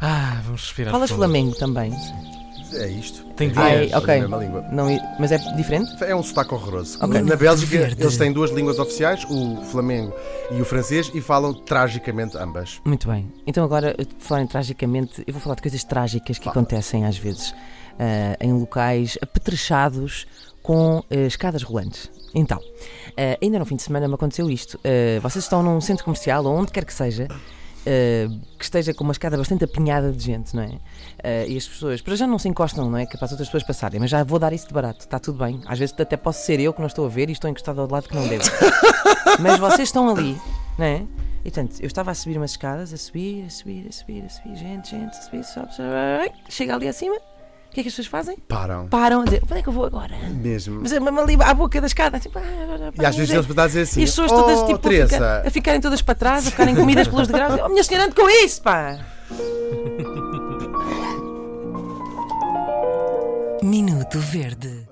Ah, vamos respirar. Falas por favor. Flamengo também. É isto. Tem É Ai, dias. a ok. mesma língua. Não, i- mas é diferente? É um sotaque horroroso. Ok. Na Bélgica, Verde. eles têm duas línguas oficiais, o flamengo e o francês, e falam tragicamente ambas. Muito bem. Então agora, eh, falarem tragicamente, eu vou falar de coisas trágicas que Fala. acontecem às vezes ah, em locais apetrechados com eh, escadas rolantes. Então, ah, ainda no fim de semana me aconteceu isto. Ah, vocês estão num centro comercial ou onde quer que seja. ah, que esteja com uma escada bastante apinhada de gente, não é? Ah, e as pessoas, para já não se encostam, não é? Que é para as outras pessoas passarem, mas já vou dar isso de barato, está tudo bem. Às vezes até posso ser eu que não estou a ver e estou encostado ao lado que não devo. Mas vocês estão ali, não é? E portanto, eu estava a subir umas escadas, a subir, a subir, a subir, a subir, gente, gente, a subir, sobe, sobe, chega ali acima. O que é que as pessoas fazem? Param. Param a dizer, onde é que eu vou agora? Mesmo. Mas é mesmo ali à boca da escada, tipo, ah, agora, E às vezes eles podem dizer assim. e as pessoas todas "Oh, tipo, a, Teresa, ficar- a ficarem todas para trás, a ficarem comidas pelos degraus. Oh, minha senhora, ande com isso, pá! Minuto Verde